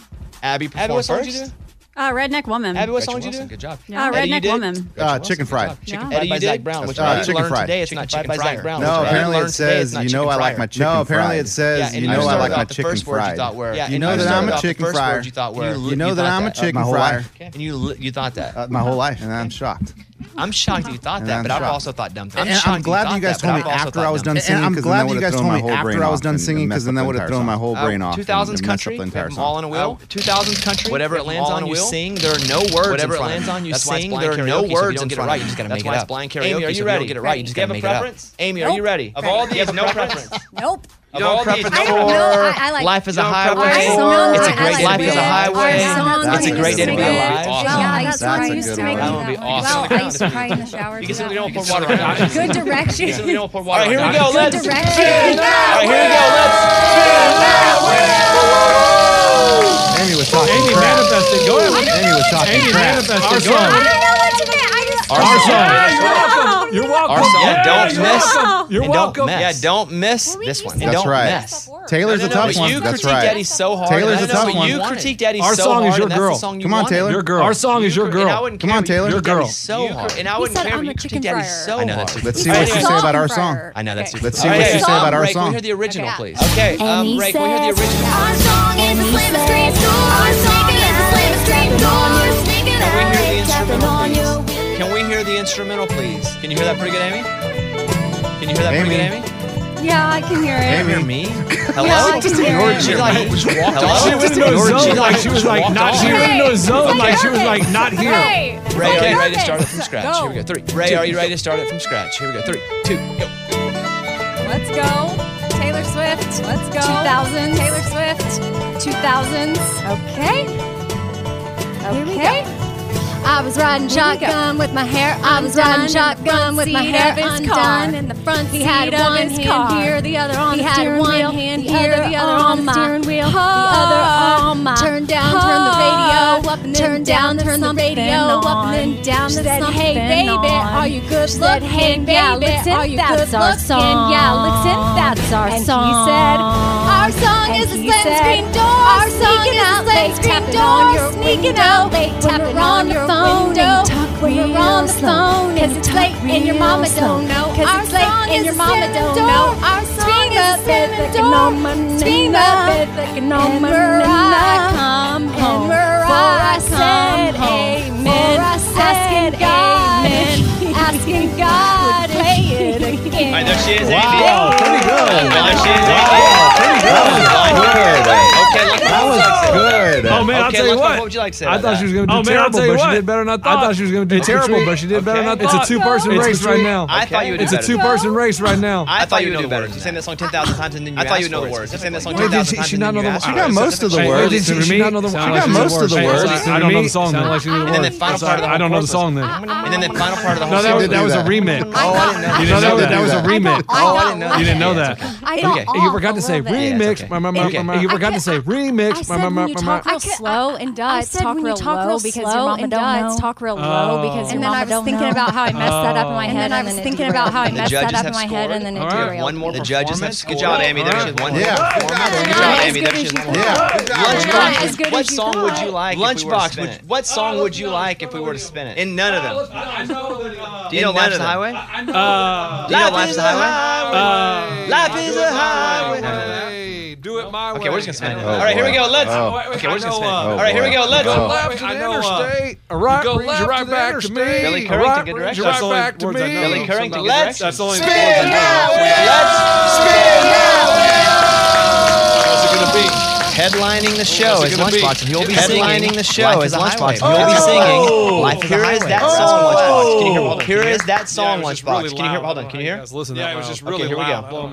Abby, performed
Abby, what song
first.
did you
Uh, Redneck Woman.
Abby, what song did you do? Good job.
Yeah,
Eddie, you
Redneck
did?
Woman.
Uh, chicken fried.
Chicken
Eddie, you
by Zach
did?
Brown,
which I
Uh, chicken
learned
fried.
today it's not chicken by Zach Brown.
No,
which I
apparently it
learned today
says
it's not
you know
chicken
I like
fryer.
my chicken. No, apparently it says
and
you know I
started
like
off
my
the
chicken
first words you
fried.
thought were.
Yeah,
Yeah,
you know
and
that
started
I'm a
off the
chicken
first
fryer.
words You thought
You
were.
li- know that
thought
I'm a
that.
chicken My whole fryer. life.
And you li- you thought that.
My whole life, and I'm shocked.
I'm shocked that you thought
And
that,
I'm
but I've
shocked.
also thought dumb things.
And I'm,
shocked
glad
thought
that you guys
that, but
told me
I've also
after
thought
I was
dumb
done
things.
singing. 'cause then that would've thrown my whole brain off and- and messed up the entire song.
Uh, 2000s country, all on a wheel. 2000s country,
Whatever it lands on, you
sing. There are no words. Whatever
in
it
front of
lands
it.
on, you
That's why it's
sing.
blind
There are no
karaoke, so if you
words
don't
in
get it
front
right,
of
you just gotta
That's
make it
why it's
up.
blind
Amy, are
karaoke. so
you
if you
ready?
don't get it right. You just
Gotta
gotta
make
make
it up.
it up. Amy, are you ready? Of all these, no preference.
Nope.
You don't preference
I
for
don't know. I- I like-
life is a
You don't
highway.
preference for- I
It's a
like
great life
it.
is a
Our
highway.
song
It's a
is
great day to be
good.
alive.
Yeah, that's what I
a
used to
good
make
one. That
me
would be
laugh.
awesome.
Well, I used to cry in the shower.
You can simply don't pour
Good
water on it.
Good direction.
You simply don't pour water on it. All right, here we go.
Good
Let's.
direction.
All Oh, right, here we go. Let's.
Amy was talking Amy crap.
manifested. Go ahead.
Amy was talking
Amy
crap.
manifested.
Our
Go
song.
ahead.
Our
Our
song.
song.
You're
You're welcome. You're welcome.
Our song. Yeah, don't
you're
miss.
welcome. You're
And don't
welcome.
miss. Yeah, don't miss this one. And
That's
don't
right.
mess.
Taylor's
No,
a
no,
tough
but
one.
You
That's
critiqued
right.
Eddie so hard.
Taylor's
No, no,
a tough
but
one.
You critiqued Eddie
Our
so
song
hard.
is your
and that's the
girl.
song you
Come on,
wanted.
Taylor. Your girl. Our song is
You
your
cri- And I
girl.
wouldn't
Come
care
on,
if
Taylor.
You
Your
critiqued Eddie
girl.
so
You
hard.
cri-
And I wouldn't
said,
care if
"I'm
you
a
critiqued
chicken
Eddie
fryer."
so
I know,
hard.
that's-
Let's see what she said about our song.
I know that's.
Let's see what
Okay,
she said about our
Rake, Can we
song.
hear the original, please? Okay, um, Rake, can we hear the original?
Our song is the slimmest green door. Our song is the slimmest green door. Sneaking
Can we hear the
out, tapping
instrumental,
on your
please? Can we hear the instrumental, please? Can you hear that pretty good, Amy? Can you hear that pretty good, Amy?
Yeah, I can hear it.
Hear me? Hello?
Yeah, I
just
can hear
ignored
it.
you. Like, just walked off.
She went into a
Ignored you.
zone like she was
Just
like
walked
not
off.
here. Went into a zone
It's
like she was
nervous.
like not here.
Ray,
It's
are
like
you ready to
nervous.
start it from scratch?
Go.
Here we go. Three. Ray, are you ready to start it from scratch? Here we go. Three, two, go.
Let's go. Taylor Swift. Let's go. 2000. Taylor Swift. 2000s. Okay. Okay. I was riding shotgun with my hair. I was riding shotgun with my hair undone in the front seat
He had
of
one
his
hand
car.
here, the other on
he
the
had
steering
one
wheel,
hand
the
here,
other
the other
on
on
the
my
steering wheel, the
car.
other on my
Turn down, turn the
car.
radio up and
Turn
then
down,
down,
turn the
something
radio up and
on.
then down
She
to
said,
something
"Hey, baby,
on."
are you good
She said,
looking,
"Hey,
baby?
baby,
Are you
that's
good
our
looking?
song."
Yeah, listen, that's our
And he
song.
said,
our song
and
is a
he
slim
said,
screen door.
"Our song
sneaking
is a
out,
slim
they
screen
tapping on
door,
your
sneaking
window.
out, they
When
tapping
you're
on
on
your
your phone
window.
and you talk
When
real
you're on the
slow.
phone and
Cause
you
it's
talk
late and your
real
mama
slow.
don't know.
'Cause
Our
it's late
song
and
is
your
a
mama
slim
don't
door.
know.
Our song
Speak
is
up,
a
baby,
slim
can
door.
no man
Speak
deny.
up, baby, can no
And
man
where I
deny.
come
And
home,
where
for
I
I said
come home,
amen,
for I
asking
said
amen,
asking God
would play it again.
All right, there she is,
Wow,
Amy.
pretty good.
There she is,
Wow,
Amy.
pretty good.
Okay, look,
That
what
was
would you like to say about
good.
that?
Oh, man, I'll
Okay,
tell you
Lunchbox,
what.
What would you like to say?
I
about
thought
that?
she was going to do
Oh, man, I'll
terrible,
tell you
but she
what.
did better than I thought. I thought she was going to do
Trick or
terrible,
treat.
but she did better than I
Okay.
thought.
It's a two-person
It's
race
between-
right now.
I thought you would do
It's a
better. two-person race right now.
I thought you would know better. You sang that song 10,000 times and then you
I thought
asked
you know
for
the
it
words. You sang that song
specifically.
10,000 times and then you asked
She
for
got
it
most of the
specifically.
words. She got most of the words.
I don't know the song.
Sounds like she knew the
And then the
words.
final part of the
I don't know the
whole
song
chorus
then.
And then the final part of the whole
No, that
song-
was, that was a remix. Oh,
I didn't know that.
You
You
didn't know that. That was a
I got
remix.
Oh, I didn't know
You didn't know
that.
that.
I got
And You forgot to say remix. Ma- ma- ma-
Okay.
ma- You forgot to say
I
remix.
said
Ma- ma- ma-
when you
ma-
talk real slow and duds,
said
talk
when you
real
talk real
low because your
slow
mama
and
don't
duds,
know.
talk real low because
Oh.
your
and then
mama
I was
don't
thinking
know.
about how I messed that up in my
And
head.
then I was
it
thinking
derailed
about how I
me.
messed that up in my
scored.
head, and then it
Do you have
derailed.
One more the
judges
judges
have
have Good job, Amy. There she is. One.
Yeah.
Good job, Amy. There she is. One. Lunchbox. What song would you like?
Lunchbox,
Lunchbox.
would-
What song would you like if we were to spin it? In none of them. Do you know Life's the
Life's the
Highway?
Uh,
Do you know
Life
Life's
is
the
a
Highway?
Uh,
highway.
Life is a highway.
Do it my way.
Okay, we're just gonna spin it.
Oh,
All right, here we
boy.
go. Let's.
Oh. Wait, wait,
Okay, we're just
I
gonna spin
know,
it.
uh,
All right, here we go.
oh,
Let's.
boy.
Go
Left to the interstate,
a right
go
brings
left
you right
to the
back to
interstate.
me,
Billy
a
Currington,
right
good
brings you
direction.
right back to me.
Billy Currington,
Sometimes
let's
that's the only
spin
thing I know.
now. Let's spin now. What's it gonna be? Headlining the show
What's
is
it gonna be?
Lunchbox, and he'll be
Headlining
singing.
the show
Life
is
is a Oh,
Lunchbox,
Lunchbox.
and
He'll be singing. Life is a
Here is
highway.
that
Oh.
song, Lunchbox. Can you hear- hold
Here
on, can you
is
hear-
that song,
Yeah, it was just
Lunchbox.
really
Can you hear? Hold on. Can you
loud.
hear? Listen.
Yeah, it was just
Okay,
really
here we
loud.
go.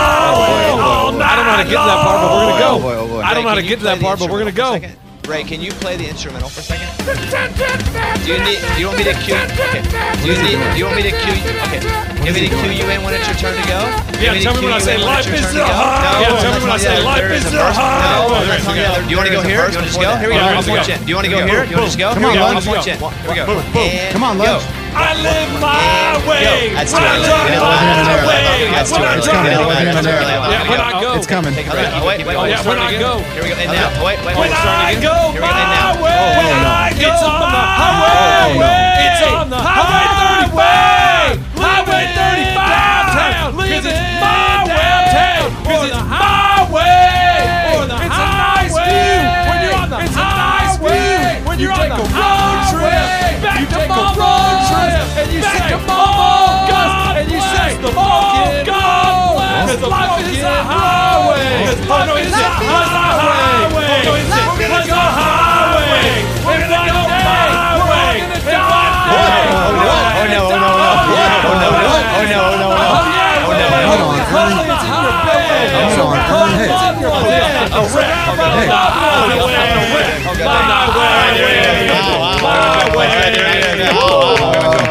I don't know how to get to that part, but we're
Oh, boy,
gonna
oh,
go.
boy.
I don't know how
Ray, can
to get
you
to
play
that
the
part, but we're gonna
instrumental
go.
for a second? Ray, can you play the instrumental for a second? Do you need? Do you want me to cue? Okay. Do you need? Do you want me to cue? Okay. Give me to cue you in when it's your turn to go. You
Yeah,
want
tell me
cue
when I
you
say
in
life
it's your
is
turn to
the
go?
high.
No,
Yeah, tell me
that's
when I
not
say
the
life
other. There
is
a
the
verse. No,
high. Oh,
that's not
There is a
the other.
verse
Do you want to go
before
here?
that.
You want to just go? Here we go.
All right,
I'll
let's
point
go.
you in. Do you want to go
Boom,
here? You want to just
boom.
go?
Come
Here we
on,
go. I'll
lunch.
point you in. Here we go. And
Come on,
go.
lunch. I live my way.
That's too
I
early. Yeah,
live my
that's
way.
too early. That's
When I
too early.
go.
That's too early.
Yeah, when I go.
It's coming. Take a break.
Yeah,
Wait, wait, wait.
yeah, when I go.
Here we go. And now. Wait, wait,
When
wait.
I go
Here we go. And
my
now. Oh,
way, I go it's on the highway. It's on the highway. Highway 35 town. Cause it's my way. Cause it's my way. Or the it's highway. a nice view when you're on the it's highway. A nice view when you're on the road trip. Back you to take mama. a road trip. And you back say, to mama. God, and you say, the oh, God bless. Cause life is a highway. Cause life is a highway. Oh, no, it's a- it's a highway. We're gonna go my way.
Oh no! Oh no! Oh no! Oh no! Oh no! Oh no! Oh no!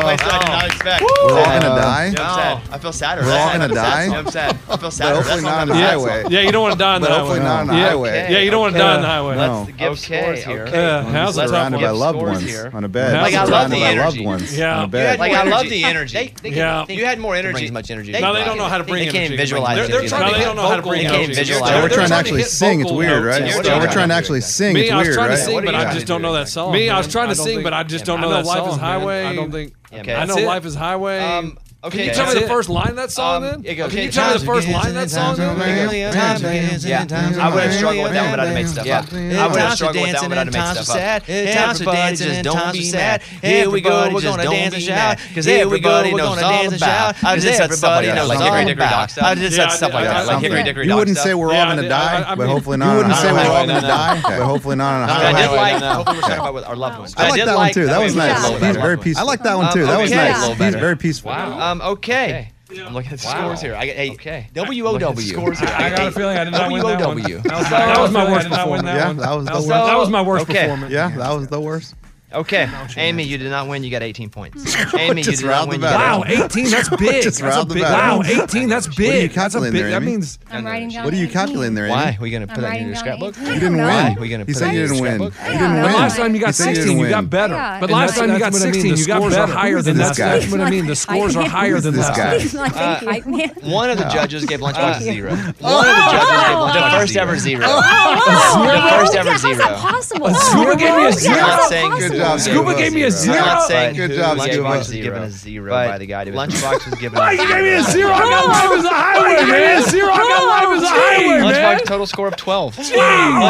We're all gonna die.
I'm sad. I feel sadder.
We're all
I'm sad.
gonna die?
I'm sad. I feel
But
sadder.
hopefully
That's
not on the
bad
highway.
song.
Yeah, you don't want to die on the
But
highway.
hopefully not on the
yeah.
highway.
Yeah, you don't want to die on the highway.
No.
That's the gift scores here.
Yeah,
I'm
how's that
surrounded
tough
by
one?
loved
Scores
ones
here.
on a bed.
Like, I
surrounded
love the
by
energy.
loved ones
Yeah.
on a
You
bed.
Like I love the energy. They, they
Yeah.
can, You had more energy.
bring as much
energy.
No, they don't know how to bring
They can't
energy.
visualize.
They're- they're
energy.
trying to
They
hit
can't
vocal- They
They
can't
can't
visualize
visualize.
Yeah, we're trying to
trying to
actually
hit
sing. It's
vocal
weird,
notes.
right?
Yeah,
Yeah,
we're
we're
trying
trying
to
to actually sing.
Me,
It's
I was
weird,
trying to
right?
sing, but I just don't know that song. Me, I was trying to sing, but I just don't know that
Life
song.
is
man.
Highway.
I don't think.
Yeah,
I
man.
know
That's it.
life is highway.
Um, Okay,
Can you tell me
that's
the
it.
first line of that song
Um,
then?
it goes,
Can you
"Hey,
tell me the
times
first
again,
line of that song
times
then?
again, times again, times again,
I would have struggled with that one, but I'd have made stuff
Yeah.
up. I would have
Times are
struggled with that
dancing
one, but I'd
and
have made
times are
stuff up.
sad. Times are
Everybody
dancing
just
and
don't
times
be
are
mad.
sad.
Here we go,
Everybody
we're
just
gonna
don't
dance and
be
shout.
mad.
Cause everybody
Everybody knows
knows
all
all about.
about.
I
Cause
just said somebody knows all
Hickory Dickory
about.
Dock stuff.
I just
Yeah,
said
I
stuff
did-
like
I-
that,
I-
like
I-
Hickory
yeah.
Dickory
You
Dock
wouldn't
stuff.
say we're all going to die, but hopefully not.
You wouldn't
on a
say we're
highway.
all gonna
No, no,
die,
no. but hopefully not on
I
a
did
highway.
like. Hopefully, we're talking about with our loved ones.
I like
did
that one too. That
we
was
did a
nice.
little
He's
bit.
very peaceful. I like that one
Um,
too. That was
okay. Yeah.
nice.
Little
He's
better.
very peaceful.
Wow. Um, okay. I'm looking at the
Wow.
scores here. I got hey, okay. WOW. Scores here.
I got a feeling I did not win that one.
WOW.
That was- that was my worst performance.
Yeah,
Yeah, that was the
so-
worst. That was my worst
okay.
performance. Yeah, that was the worst.
Okay, Amy, you did not win. You got 18 points. Amy, you
Just
did
riled
not win.
the battle.
You
Wow,
got
18. That's
Just
big. That's a
riled the
big.
battle.
Wow, 18. That's
What are you
big. That's a
calculating
big.
there,
That
Amy?
means.
I'm writing down.
What are you
18.
calculating there?
Why?
Amy?
We're gonna put
I'm
that in
writing
your
down
scrapbook.
18.
You didn't
I
win.
don't know.
We're gonna
He
put
said
it
you
in
didn't
your
win. You
scrapbook.
didn't
Yeah.
win.
Last time you
He
got
said you
16,
didn't
you got
win.
better.
Yeah.
But
And
last
that's-
time you got
that's what I mean,
16,
the
you got
scores are
better.
higher than
That's-
this guy.
That's what I mean. The scores are higher than
this
last
guy?
time.
Uh,
Like, thank you, man.
One of the judges gave lunch boxes zero. One of the
Oh.
judges gave lunch the
Oh.
first ever zero.
Oh.
The first
Yeah,
ever
how's
zero.
that possible?
Oh,
Scuba gave me a
I'm
zero.
not saying
Good job,
Scuba gave me a
I'm
zero.
not saying
Good
who.
job,
Lunchbox
Scuba.
was given a zero by the guy. who- Lunchbox was given
Oh,
a
you
zero.
gave me a zero. I got life as a highway, man. Zero. I got life as a highway, man.
Lunchbox total score of 12.
Jeez, I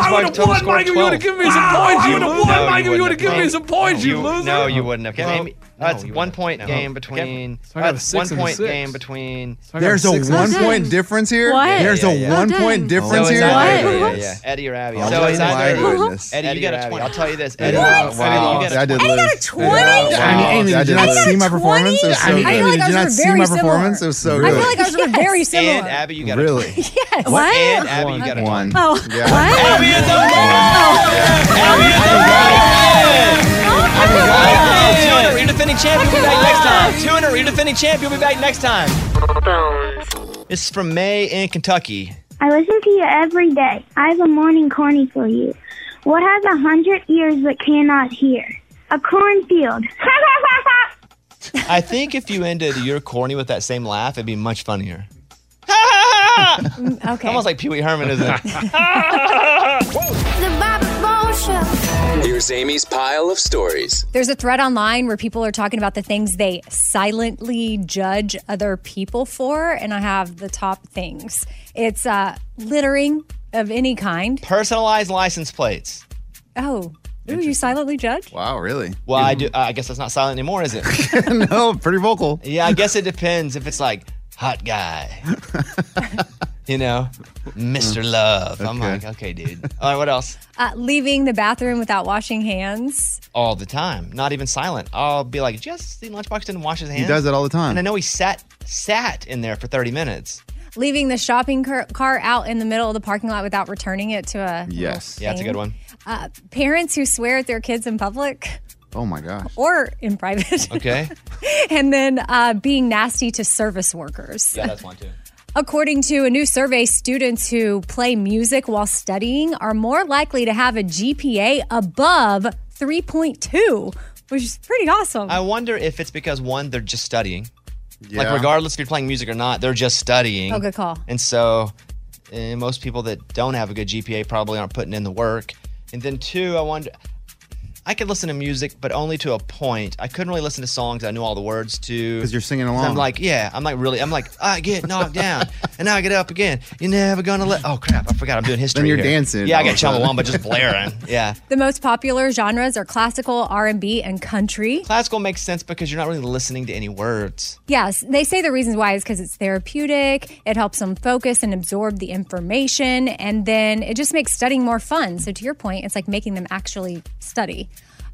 Lunchbox
would've
total
won,
score
Mike, if
of
you would've
12.
given me some points, you would've won,
No,
Mike, if you would've given me
wouldn't
some points, you loser.
No, you wouldn't have. 'cause
Well,
Amy, that's one point game between.
I got a
That's
six
one
and a
point
six.
game between.
There's a
Six.
one
Oh,
point
dang.
difference here.
What?
There's
Yeah,
a
yeah, yeah.
one
Oh,
point difference
So it's
here.
either- yeah, yeah, Eddie or Abby.
Oh,
so it's
my
either
goodness.
Eddie, you got a 20. I'll tell you this. Eddie,
Wow,
Eddie, you
I
got a
did
20.
lose. Wow.
Amy,
I
did you
did
not
lose.
see my performance? It was so
I mean,
good. I feel
Amy,
like
did you
ours
not
were
see
very
my
similar.
performance? It was so
I
good.
feel like ours were very similar.
And Abby, you got a
Really?
yes.
What? And Abby, you got a 20.
One.
Oh.
Yeah.
What?
Oh, Two in a defending champion. We'll be back next time. Two in a defending champion. We'll be back next time. This is from May in Kentucky.
I listen to you every day. I have a morning corny for you. What has a hundred ears but cannot hear? A cornfield.
I think if you ended your corny with that same laugh, it'd be much funnier.
okay.
Almost like Pee Wee Herman, isn't it?
The Bobby Bones Show.
Here's Amy's pile of stories.
There's a thread online where people are talking about the things they silently judge other people for, and I have the top things. It's uh, littering of any kind.
Personalized license plates.
Oh, ooh, you silently judge?
Wow, really?
Well, I do. uh, I guess that's not silent anymore, is it?
no, pretty vocal.
Yeah, I guess it depends if it's like hot guy, you know, Mr. Love. I'm
Okay.
like, okay, dude. All right, what else?
Uh, leaving the bathroom without washing hands.
All the time, not even silent. I'll be like, just see, lunchbox didn't wash his hands.
does it all the time.
and I know he sat sat in there for 30 minutes.
Leaving the shopping car- cart out in the middle of the parking lot without returning it to a.
Yes.
yeah, that's a good one.
Uh, parents who swear at their kids in public
Oh my gosh.
or in private.
Okay.
and then uh, being nasty to service workers.
Yeah, that's one too.
According to a new survey, students who play music while studying are more likely to have a GPA above 3.2, which is pretty awesome.
I wonder if it's because one, they're just studying. Like
Yeah.
regardless if you're playing music or not, they're just studying.
oh, good call.
And so, eh, most people that don't have a good GPA probably aren't putting in the work. And then, two, I wonder, I could listen to music, but only to a point. I couldn't really listen to songs I knew all the words to.
Because you're singing
And
along.
I'm like, yeah, I'm like really, I'm like, I get knocked down and I get up again. You're never gonna let. Oh crap, I forgot I'm doing history.
you're
here.
dancing
Yeah, I
all
got
of a sudden.
Chumbawamba just blaring. Yeah.
The most popular genres are classical, R&B, and country.
Classical makes sense because you're not really listening to any words.
Yes, they say the reasons why is because it's therapeutic, it helps them focus and absorb the information, and then it just makes studying more fun. So, to your point, it's like making them actually study.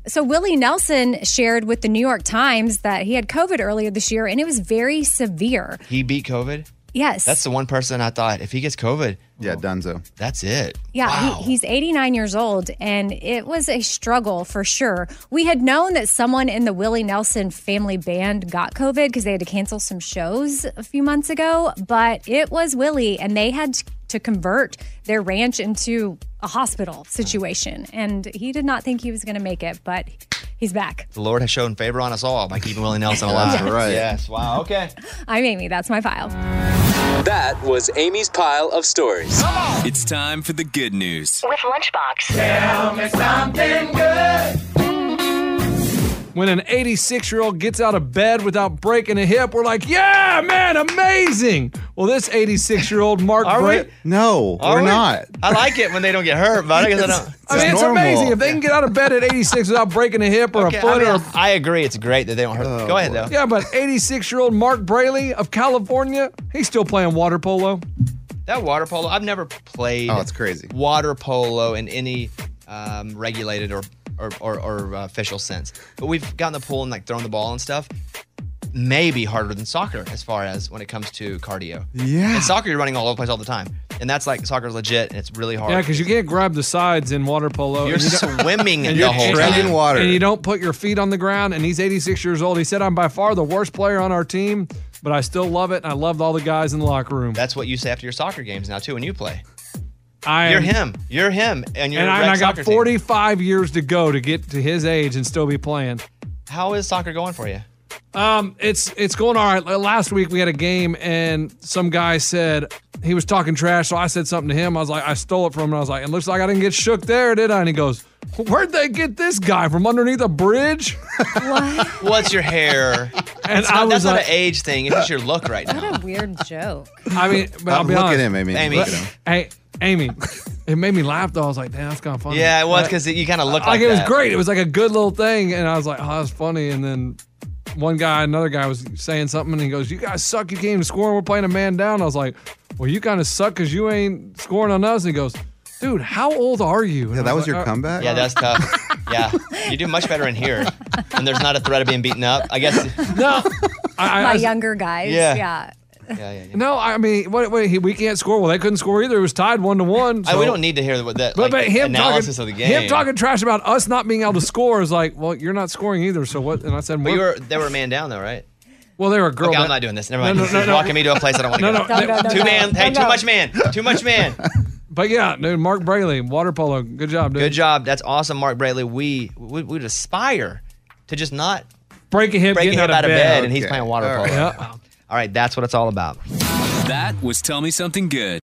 So, Willie Nelson shared with the New York Times that he had COVID earlier this year and it was very severe.
He beat COVID.
Yes.
That's the one person I thought if he gets COVID,
yeah, Dunzo.
That's it.
Yeah, he, he's 89 years old, and it was a struggle for sure. We had known that someone in the Willie Nelson family band got COVID because they had to cancel some shows a few months ago, but it was Willie, and they had to convert their ranch into a hospital situation. And he did not think he was going to make it, but he's back.
The Lord has shown favor on us all by keeping Willie Nelson alive.
That's right.
Yes. Wow. Okay.
I'm Amy. That's my file.
That was Amy's pile of stories. It's time for the good news.
With Lunchbox.
Tell me something
good.
When an 86 year old gets out of bed without breaking a hip, we're like, yeah, man, amazing. Well, this 86 year old Mark
Are we?
Bra- No,
Are we? I like it when they don't get hurt, but I guess I don't.
I mean, it's amazing. If they can get out of bed at 86 without breaking a hip or
Okay,
a
I
foot
mean,
or a
I agree. It's great that they don't hurt.
Oh,
Go ahead though.
Yeah, but 86 year old Mark Brayley of California, he's still playing water polo.
That water polo, I've never played.
Oh, it's
crazy. Water polo in any um, regulated or or, or, or uh, official sense, but we've gotten the pool and like thrown the ball and stuff. Maybe harder than soccer as far as when it comes to cardio.
Yeah.
In soccer, you're running all over the place all the time, and that's like soccer's legit and it's really hard.
Yeah, because you can't grab the sides in water polo.
You're
and you don't-
swimming
and
the whole time.
and you don't put your feet on the ground. And he's 86 years old. He said, "I'm by far the worst player on our team, but I still love it, and I loved all the guys in the locker room."
That's what you say after your soccer games now too when you play.
I
you're
am-
him. You're him, and you're.
and I,
rec
and I got
soccer team.
45 years to go to get to his age and still be playing.
How is soccer going for you?
Um, it's it's going all right. Like, Last week we had a game and some guy said he was talking trash, so I said something to him. I was like, I stole it from him. I was like, it looks like I didn't get shook there, did I? And he goes, Where'd they get this guy from underneath a bridge?
What's your hair?
And
that's not,
I was
that's not
like-
an age thing. It's just your look right now.
What a weird joke.
I mean, but I'll
Uh,
be
look at
honest.
him, Amy. Amy. Look at him.
Hey, Amy. It made me laugh though. I was like, "Damn, that's kind of funny."
Yeah, it was
But-
because you kind of look
like
like
it was
that.
great. It was like a good little thing, and I was like, "Oh, that's funny." And then one guy, another guy, was saying something, and he goes, "You guys suck. You can't even score. and We're playing a man down." I was like, "Well, you kind of suck because you ain't scoring on us." And he goes, "Dude, how old are you?" And
Yeah,
I
that was
like,
your
"Uh,
comeback?
Yeah, that's tough. yeah, you do much better in here, and there's not a threat of being beaten up. I guess.
No. I- I
My
was-
younger guys.
Yeah.
yeah.
No, I mean, what, what, he- we can't score. Well, they couldn't score either. It was tied one to one.
I, we don't need to hear what that
But,
like,
but him
analysis
talking,
of the game.
him talking trash about us not being able to score is like, well, you're not scoring either. So what? And I said,
But
"We're-
you were they were a man down though, right?
Well, they were a girl.
Okay, I'm
that-
not doing this. Never
No,
mind.
no,
This
no,
is
no.
walking me to a place I don't want to
No,
go.
no, Don't, don't,
too
don't.
man. hey,
Don't,
too
don't.
much man. Too much man.
But yeah, dude, Mark Brayley, water polo, good job, dude.
Good job. That's awesome, Mark Brayley. We we would aspire to just not
break a hip,
break a
getting
hip out of bed, and he's
Okay.
playing water
All
polo.
right.
All right, that's what it's all about.
That was Tell Me Something Good.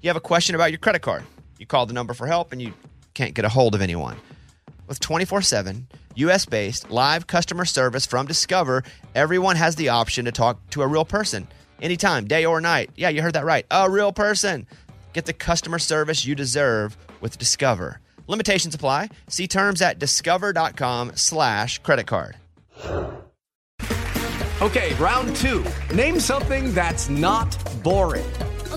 You have a question about your credit card. You call the number for help and you can't get a hold of anyone. With 24 7, US based live customer service from Discover, everyone has the option to talk to a real person anytime, day or night. Yeah, you heard that right. A real person. Get the customer service you deserve with Discover. Limitations apply. See terms at discover.com slash credit card.
Okay, round two. Name something that's not boring.
A